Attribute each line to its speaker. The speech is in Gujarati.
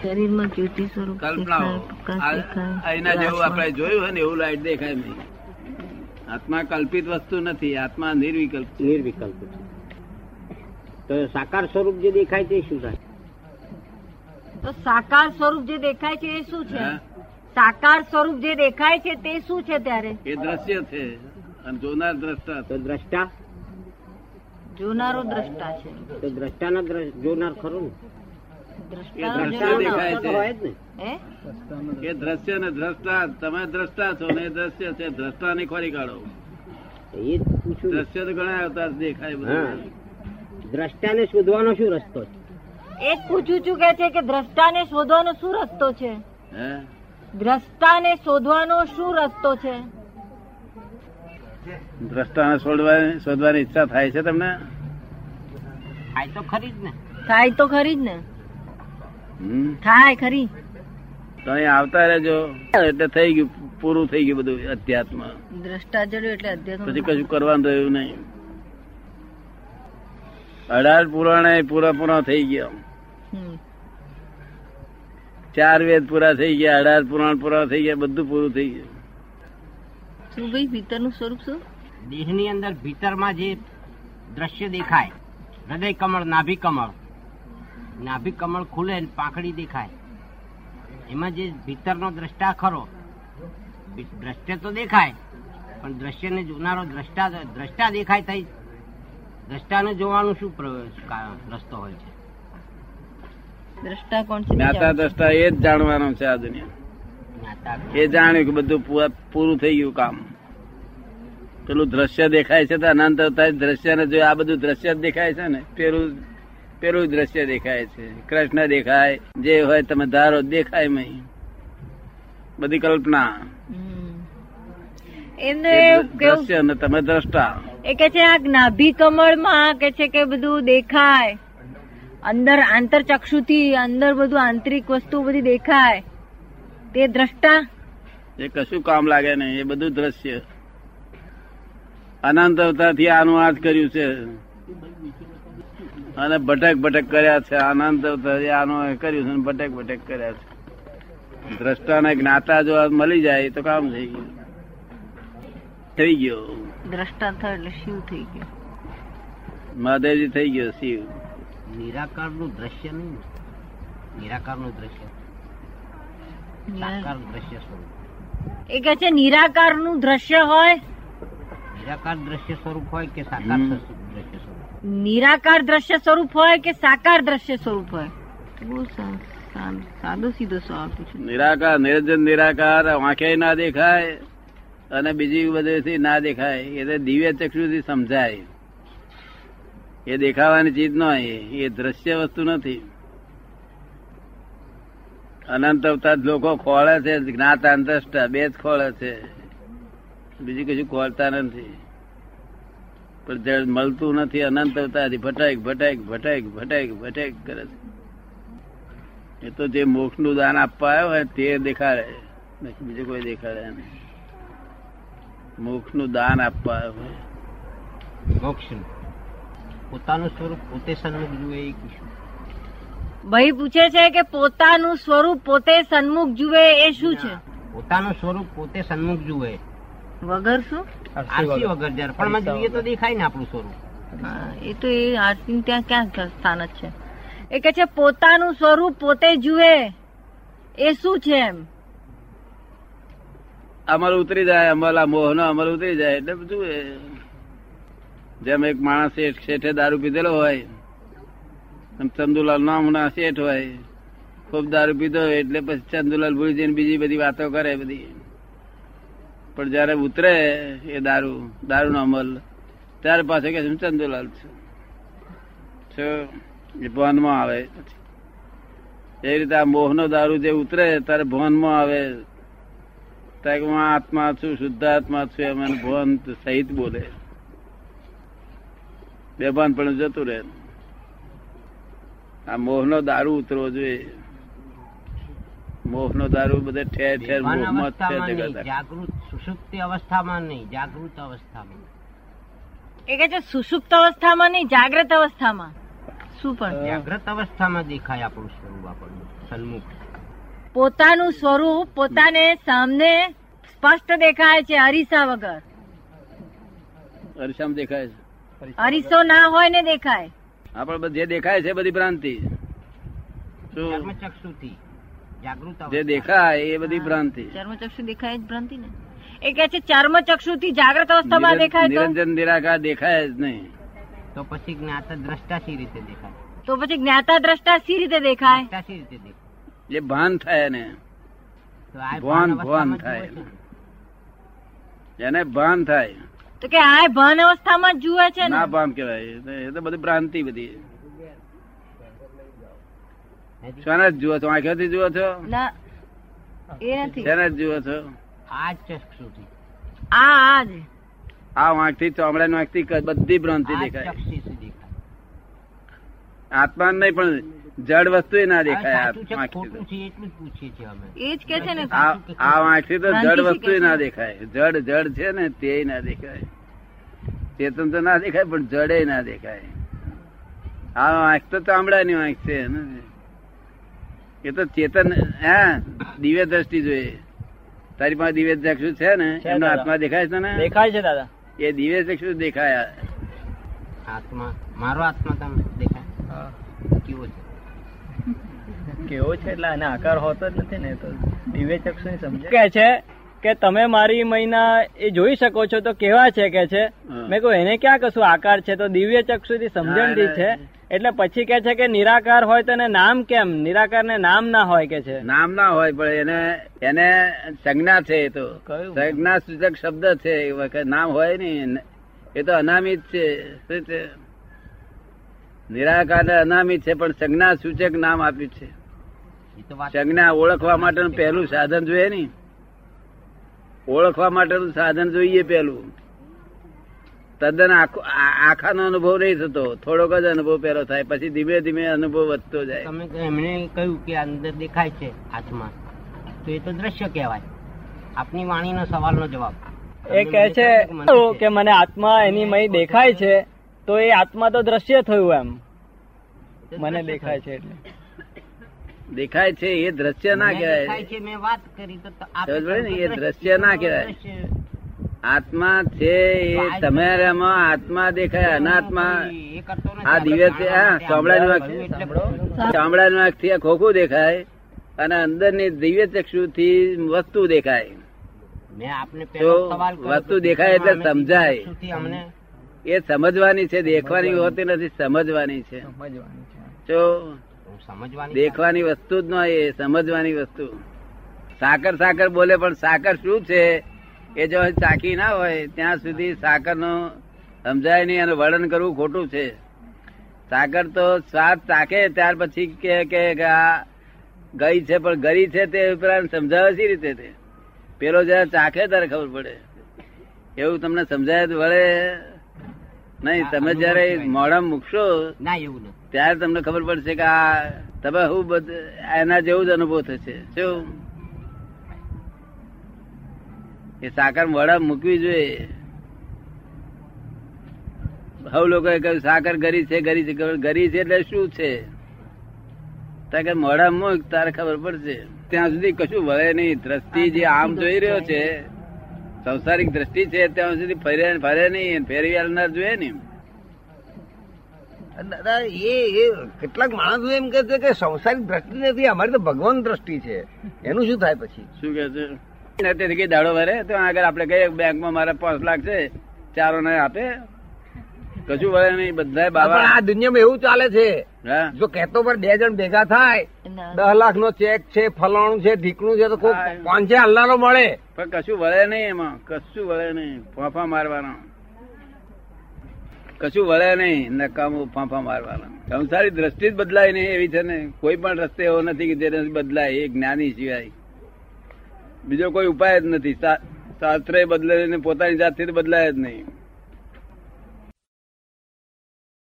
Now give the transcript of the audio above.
Speaker 1: શરીરમાં જ્યોતિ સ્વરૂપ
Speaker 2: કલ્પનાઓ આ-
Speaker 1: દેખાય, પ્રકાશ
Speaker 2: આ એના જેવું
Speaker 1: દેખાય,
Speaker 2: આપણે જોયું હોય ને એવું લાઈટ દેખાય નહીં આત્મા કલ્પિત વસ્તુ નથી આત્મા નિર્વિકલ્પ છે
Speaker 3: નિર્વિકલ્પ છે તો સાકાર સ્વરૂપ જે દેખાય તે શું થાય
Speaker 4: તો સાકાર સ્વરૂપ જે દેખાય છે એ શું છે
Speaker 2: હા?
Speaker 4: સાકાર સ્વરૂપ જે દેખાય છે તે શું છે ત્યારે
Speaker 2: એ દ્રશ્ય છે અને જોનાર દ્રષ્ટા છે.
Speaker 3: તો દ્રષ્ટા
Speaker 4: જોનારો દ્રષ્ટા છે
Speaker 3: તો દ્રષ્ટાના દ્રશ- જોનાર ખરું ને?
Speaker 2: એ
Speaker 4: દ્રષ્ટાનો
Speaker 2: દ્રશ્ય
Speaker 4: જોનારો.
Speaker 2: દેખાય
Speaker 3: તો
Speaker 2: છે
Speaker 3: હોય જ ને
Speaker 4: હે
Speaker 2: એ દ્રશ્ય ને દ્રષ્ટા તમે દ્રષ્ટા છો ને એ દ્રશ્ય છે દ્રષ્ટા ને ખોરી કાઢો
Speaker 3: એ જ પૂછ્યું ને.
Speaker 2: દ્રશ્ય તો ઘણા અવતાર દેખાય
Speaker 3: હા
Speaker 2: બધું
Speaker 3: દ્રષ્ટાને શોધવાનો શું રસ્તો છે
Speaker 4: એ જ પૂછું છું કે છે કે દ્રષ્ટાને શોધવાનો શું રસ્તો છે
Speaker 2: હે
Speaker 4: દ્રષ્ટાને શોધવાનો શું રસ્તો છે
Speaker 2: દ્રષ્ટાને શોધવાની શોધવાની ઈચ્છા થાય છે તમને
Speaker 3: થાય તો ખરી જ ને
Speaker 4: થાય તો ખરી જ ને
Speaker 2: હમ
Speaker 4: થાય ખરી
Speaker 2: તો અહીં આવતા રહેજો એટલે થઈ ગયું પૂરું થઈ ગયું બધું અધ્યાત્મ
Speaker 4: દ્રષ્ટા જડ્યો એટલે અધ્યાત્મ
Speaker 2: પછી કશું કરવાનું રહ્યું નહીં અઢાર પુરાણે પૂરા પૂરા થઈ ગયા
Speaker 4: હમ.
Speaker 2: ચાર વેદ પૂરા થઈ ગયા અઢાર પુરાણ પૂરા થઈ ગયા બધું પૂરું થઈ ગયું
Speaker 4: શું ભાઈ ભીતરનું સ્વરૂપ શું
Speaker 3: દેહની અંદર ભીતરમાં જે દ્રશ્ય દેખાય હૃદય કમળ નાભી કમળ નાભી કમળ ખુલે ને પાંખડી દેખાય એમાં જે ભીતરનો દ્રષ્ટા ખરો ભી- દ્રશ્ય તો દેખાય પણ દ્રશ્યને જોનારો દ્રષ્ટા દ્રષ્ટા દેખાય થઈ દ્રષ્ટાને જોવાનું શું પ્ર- કા- રસ્તો હોય છે
Speaker 4: દ્રષ્ટા કોણ છે
Speaker 2: જ્ઞાતા દ્રષ્ટા એ જ જાણવાનો છે આ દુનિયા
Speaker 3: જ્ઞાતા
Speaker 2: એ જાણ્યું કે બધું પૂરા- પૂરું થઈ ગયું કામ પેલું દ્રશ્ય દેખાય છે તો અનંત અવતાર દ્રશ્ય ને જો આ બધું દ્રશ્ય જ દેખાય છે ને પેલું પેલું જ દ્રશ્ય દેખાય છે કૃષ્ણ દેખાય જે હોય તમે ધારો દેખાય નહીં બધી કલ્પના
Speaker 4: એમને
Speaker 2: એ
Speaker 4: કેવું
Speaker 2: દ્રશ્ય ને તમે દ્રષ્ટા
Speaker 4: એ કે છે આ નાભી કમળમાં કે છે કે બધું દેખાય અંદર આંતરચક્ષુથી અંદર બધું આંતરિક વસ્તુ બધી દેખાય તે દ્રષ્ટા
Speaker 2: એ કશું કામ લાગે નહીં એ બધું દ્રશ્ય અનંત અવતારથી આનું આ જ કર્યું છે અને ભટક ભટક કર્યા છે અનંત અવતારથી આનું એ કર્યું છે અને ભટક ભટક કર્યા છે દ્રષ્ટા ને જ્ઞાતા જો આ મળી જાય તો કામ થઈ ગયું થઈ ગયો
Speaker 4: દ્રષ્ટા થાય એટલે શિવ થઈ ગયો
Speaker 2: મહાદેવજી થઈ ગયો શિવ
Speaker 3: નિરાકારનું દ્રશ્ય નહીં નિરાકારનું દ્રશ્ય સાકાર દ્રશ્ય સ્વરૂપ
Speaker 4: એ કે છે નિરાકારનું દ્રશ્ય હોય
Speaker 3: નિરાકાર દ્રશ્ય સ્વરૂપ હોય કે
Speaker 2: સાકાર હમ.
Speaker 3: દ્રશ્ય સ્વરૂપ
Speaker 4: નિરાકાર દ્રશ્ય સ્વરૂપ હોય કે સાકાર દ્રશ્ય સ્વરૂપ હોય
Speaker 1: બહુ સા- સા- સાદો સીધો સવાલ પૂછ્યો
Speaker 2: નિરાકાર નિરંજન નિરાકાર આંખે ના દેખાય અને બીજી બધેથી ના દેખાય એટલે દિવ્ય ચક્ષુથી સમજાય એ દેખાવાની ચીજ ન હોય એ દ્રશ્ય વસ્તુ નથી અનંત અવતાર લોકો ખોળે છે જ્ઞાતા અને દ્રષ્ટા બે જ ખોળે છે બીજું કશું ખોળતા નથી પણ જે મળતું નથી અનંત અવતારથી ભટાક ભટાક ભટાક ભટાક ભટાક કરે છે એ તો જે મોક્ષ નું દાન આપવા આવ્યો હોય તે દેખાડે બાકી બીજું કોઈ દેખાડે નહીં મોક્ષ નું દાન આપવા આવ્યો હોય.
Speaker 3: મોક્ષનું પોતાનું સ્વરૂપ પોતે સન્મુખ જુએ એ કીશું
Speaker 4: ભાઈ પૂછે છે કે પોતાનું સ્વરૂપ પોતે સન્મુખ જુએ એ શું છે
Speaker 3: પોતાનું સ્વરૂપ પોતે સન્મુખ જુએ
Speaker 4: વગર શું
Speaker 3: આરસી વગર જ્યારે પણ માં જોઈએ તો દેખાય ને આપણું સ્વરૂપ
Speaker 4: હા, એ તો એ આરતી ત્યાં ક્યાં સ્થાન જ છે એ કે છે પોતાનું સ્વરૂપ પોતે જુએ એ શું છે એમ
Speaker 2: અમલ ઉતરી જાય અમલ આ મોહ નો અમલ ઉતરી જાય એટલે બધું એ જેમ એક માણસ શેઠ શેઠે દારૂ પીધેલો હોય અને ચંદુલાલ નામ ના શેઠ હોય ખૂબ દારૂ પીધો હોય એટલે પછી ચંદુલાલ ભૂલી જઈને બીજી બધી વાતો કરે બધી પણ જયારે ઉતરે એ દારૂ દારૂ નો અમલ ત્યારે પાછો કે હું ચંદુલાલ છું છો એ ભાનમાં આવે એ રીતે આ મોહનો દારૂ જે ઉતરે ત્યારે ભાનમાં આવે ત્યારે કે હું આત્મા છું શુદ્ધ આત્મા છું એમ એનું ભવન સહિત બોલે બેભાન પણ જતું રહે આ મોહનો દારૂ ઉતરવો જોઈએ મોહનો દારૂ બધે ઠેર ઠેર
Speaker 3: બેભાન
Speaker 2: મોહમાં જ
Speaker 3: અવસ્થામાં
Speaker 2: છે
Speaker 3: નહીં,
Speaker 2: જગત
Speaker 3: જાગૃત સુષુપ્તિ અવસ્થામાં નહીં જાગૃત અવસ્થામાં
Speaker 4: એ કે છે સુષુપ્ત અવસ્થામાં નહીં જાગ્રત અવસ્થામાં
Speaker 1: શું પણ
Speaker 3: જાગ્રત અવસ્થામાં દેખાય આપણું સ્વરૂપ આપણને સન્મુખ
Speaker 4: પોતાનું સ્વરૂપ પોતાને સામને સ્પષ્ટ દેખાય છે અરીસા વગર
Speaker 2: અરીસામાં દેખાય છે
Speaker 4: અરીસો ના હોય ને દેખાય
Speaker 2: આપણે બધે દેખાય છે બધી ભ્રાંતિ શું
Speaker 3: કર્મચક્ષુથી જાગૃત
Speaker 2: જે
Speaker 3: અવસ્થા.
Speaker 2: દેખાય એ બધી ભ્રાંતિ
Speaker 1: ચર્મચક્ષુ દેખાય જ ભ્રાંતિ ને
Speaker 4: એ કે છે ચર્મ ચક્ષુથી જાગ્રત અવસ્થામાં દેખાય તો
Speaker 2: નિરંજન નિરાકાર દેખાય જ નહીં
Speaker 3: તો પછી જ્ઞાતા દ્રષ્ટા સી રીતે દેખાય
Speaker 4: તો પછી જ્ઞાતા દ્રષ્ટા સી રીતે દેખાય
Speaker 3: દ્રષ્ટા સી રીતે
Speaker 2: એ
Speaker 3: દેખાય
Speaker 2: ભાન થાય ને
Speaker 3: તો આ
Speaker 2: ભવાન,
Speaker 3: ભાન
Speaker 2: ભવાન
Speaker 3: અવસ્થામાં
Speaker 2: થાય.
Speaker 3: જુએ છે.
Speaker 2: એને ભાન થાય
Speaker 4: તો કે આ ભાન અવસ્થામાં જ જુએ છે ને
Speaker 2: ના ભાન કહેવાય એ તો- એ તો બધી ભ્રાંતિ બધી
Speaker 3: નથી?
Speaker 2: શાના જ જુઓ છો આંખેથી જુઓ છો
Speaker 4: ના એ નથી
Speaker 2: શાના જ જુઓ છો
Speaker 3: આ જ ચક્ષુથી
Speaker 4: આ આ જ
Speaker 2: આ વાંકથી ચોમડા વાંકથી ક- બધી ભ્રાંતિ
Speaker 3: આ જ
Speaker 2: દેખાય
Speaker 3: ચક્ષુથી દેખાય
Speaker 2: આત્મા નહીં પણ જડ વસ્તુ ના
Speaker 3: હવે
Speaker 2: દેખાય
Speaker 3: સાચું છે
Speaker 2: આ
Speaker 3: ખોટું
Speaker 2: વાંકથી
Speaker 3: છે એટલું જ પૂછીએ છીએ અમે
Speaker 4: એ જ કે છે ને
Speaker 2: આ આ વાંકથી તો જડ
Speaker 4: ભ્રાંતિથી
Speaker 2: વસ્તુ
Speaker 4: કહેવાય.
Speaker 2: ના દેખાય જડ જડ છે ને તે ના દેખાય ચેતન તો ના દેખાય પણ જડે ના દેખાય આ વાંક તો ચામડાની વાંક છે ને એ તો ચેતન હા દિવ્ય દ્રષ્ટિ જોઈએ તારી પાસે દિવ્ય ચક્ષુ છે ને
Speaker 5: છે
Speaker 2: એમનો
Speaker 5: દાદા.
Speaker 2: આત્મા દેખાય છે ને
Speaker 5: દેખાય છે દાદા
Speaker 2: એ દિવ્ય ચક્ષુ દેખાયા
Speaker 3: આત્મા મારો આત્મા તમને દેખાય કેવો છે
Speaker 5: કેવો છે એટલે આને આકાર હોતો જ નથી ને તો દિવ્ય ચક્ષુ સમજે કે છે કે તમે મારી મહિના એ જોઈ શકો છો તો કેવા છે કે છે
Speaker 2: હા.
Speaker 5: મેં કહ્યું એને ક્યાં કશું આકાર છે તો દિવ્ય ચક્ષુ થી સમજણથી
Speaker 2: ના,
Speaker 5: છે
Speaker 2: ના.
Speaker 5: એટલે પછી કે છે કે નિરાકાર હોય તો એને નામ કેમ નિરાકાર ને નામ ના હોય કે છે
Speaker 2: નામ ના હોય પણ એને એને સંજ્ઞા છે એ તો
Speaker 5: કયું?
Speaker 2: સંજ્ઞા સૂચક શબ્દ છે એ વખત નામ હોય ને એ તો અનામિત છે શું છે નિરાકાર ને અનામિત છે પણ સંજ્ઞા સૂચક નામ આપ્યું છે
Speaker 3: એ તો વાત
Speaker 2: સંજ્ઞા ઓળખવા માટેનું પહેલું સાધન જોઈએ ને ઓળખવા માટેનું સાધન જોઈએ પહેલું તદ્દન આખો- આ- આખાનો અનુભવ નહીં થતો થોડોક જ અનુભવ પહેલો થાય પછી ધીમે ધીમે અનુભવ વધતો જાય
Speaker 3: તમે કહ્યું, એમણે કહ્યું કે અંદર દેખાય છે આત્મા તો એ તો દ્રશ્ય કહેવાય આપની વાણીનો સવાલનો જવાબ
Speaker 5: એ
Speaker 3: તમે
Speaker 5: કે
Speaker 3: મને
Speaker 5: છે
Speaker 3: કહ્યું કે મને છે.
Speaker 5: કે મને આત્મા એની મય દેખાય છે તો એ આત્મા તો દ્રશ્ય થયું એમ
Speaker 3: તો
Speaker 5: મને
Speaker 3: દ્રશ્ય
Speaker 5: દેખાય
Speaker 3: થયું.
Speaker 5: છે એટલે
Speaker 2: દેખાય છે એ દ્રશ્ય ના
Speaker 3: મને
Speaker 2: કહેવાય
Speaker 3: દેખાય છે, મેં વાત કરી તો તો આપે
Speaker 2: સમજ પડી ને?
Speaker 3: તો
Speaker 2: એ દ્રશ્ય ના કહેવાય.
Speaker 3: દ્રશ્ય.
Speaker 2: આત્મા છે એ તમારામાં આત્મા દેખાય અનાત્મા
Speaker 3: એ કરતો નથી.
Speaker 2: આ દિવ્ય છે, હા, ચામડાની વાત છે.
Speaker 3: એટલે બધું
Speaker 2: ચામડાનું આંખથી આ ખોખું દેખાય અને અંદરની દિવ્ય ચક્ષુથી વસ્તુ દેખાય
Speaker 3: મેં આપને પહેલો
Speaker 2: તો
Speaker 3: સવાલ કર્યો
Speaker 2: વસ્તુ
Speaker 3: કે
Speaker 2: દેખાય એટલે
Speaker 3: આમાં અમે
Speaker 2: સમજાય.
Speaker 3: દિવ્ય વસ્તુથી અમને
Speaker 2: એ સમજવાની છે દેખવાની હોતી નથી સમજવાની છે જો
Speaker 3: હું સમજવાની
Speaker 2: દેખવાની વસ્તુ જ ન હોય એ સમજવાની વસ્તુ સાકર સાકર બોલે પણ સાકર શું છે એ જો ચાકી ના હોય ત્યાં સુધી સાકરનું સમજાય નહીં અને વર્ણન કરવું ખોટું છે સાકર તો સ્વાદ ચાખે ત્યાર પછી કે કે કે આ ગઈ છે પણ ગરી છે તે ઉપરાંત સમજાવે શી રીતે તે પેલો જયારે ચાખે ત્યારે ખબર પડે એવું તમને સમજાય તો વળે નહીં તમે જયારે મોઢા મૂકશો
Speaker 3: ના એવું નથી
Speaker 2: ત્યારે તમને ખબર પડશે કે આ તમે હું બધું એના જેવું જ અનુભવ થશે શું એ સાકર વડા મૂકવી જોઈએ હવ લોકોએ કહ્યું સાકર ગરી છે ગરી છે ખબર ગરી છે એટલે શું છે ત્યાં કે મોડા મૂક તારે ખબર પડશે ત્યાં સુધી કશું વળે નહીં દ્રષ્ટિ જે આમ જોઈ રહ્યો છે સંસારિક દ્રષ્ટિ છે ત્યાં સુધી ફરે ફરે નહીં ફેરવી આલનાર જોઈએ નહીં
Speaker 6: દાદા એ એ કેટલાક માણસો એમ કે છે કે સંસારિક દ્રષ્ટિ નથી અમારી તો ભગવાન દ્રષ્ટિ છે એનું શું થાય પછી
Speaker 2: શું કે છે ને તેથી કઈ દાડો ભરે તો આગળ આપણે કહીએ બેંકમાં મારા પાંચ લાખ છે ચારો ને આપે કશું વળે નહીં બધા બાબા
Speaker 6: પણ આ દુનિયામાં એવું ચાલે છે
Speaker 2: હા
Speaker 6: જો કહેતો પર બે જણ ભેગા થાય દસ લાખ નો ચેક છે ફલાણું છે ઢીકણું છે તો
Speaker 2: હા,
Speaker 6: કોઈ
Speaker 2: એમ.
Speaker 6: પાંચે હલ્લાનો મળે
Speaker 2: પણ કશું વળે નહીં એમાં કશું વળે નહીં ફાંફા મારવાનો કશું વળે નહીં નકામું ફાંફા મારવાનો સંસારી દ્રષ્ટિ જ બદલાય નહીં એવી છે ને કોઈ પણ રસ્તે એવો નથી કે જેને બદલાય એ જ્ઞાની સિવાય બીજો કોઈ ઉપાય જ નથી શા- શાસ્ત્ર એ બદલે નહીં ને પોતાની જાતથી તો બદલાય જ નહીં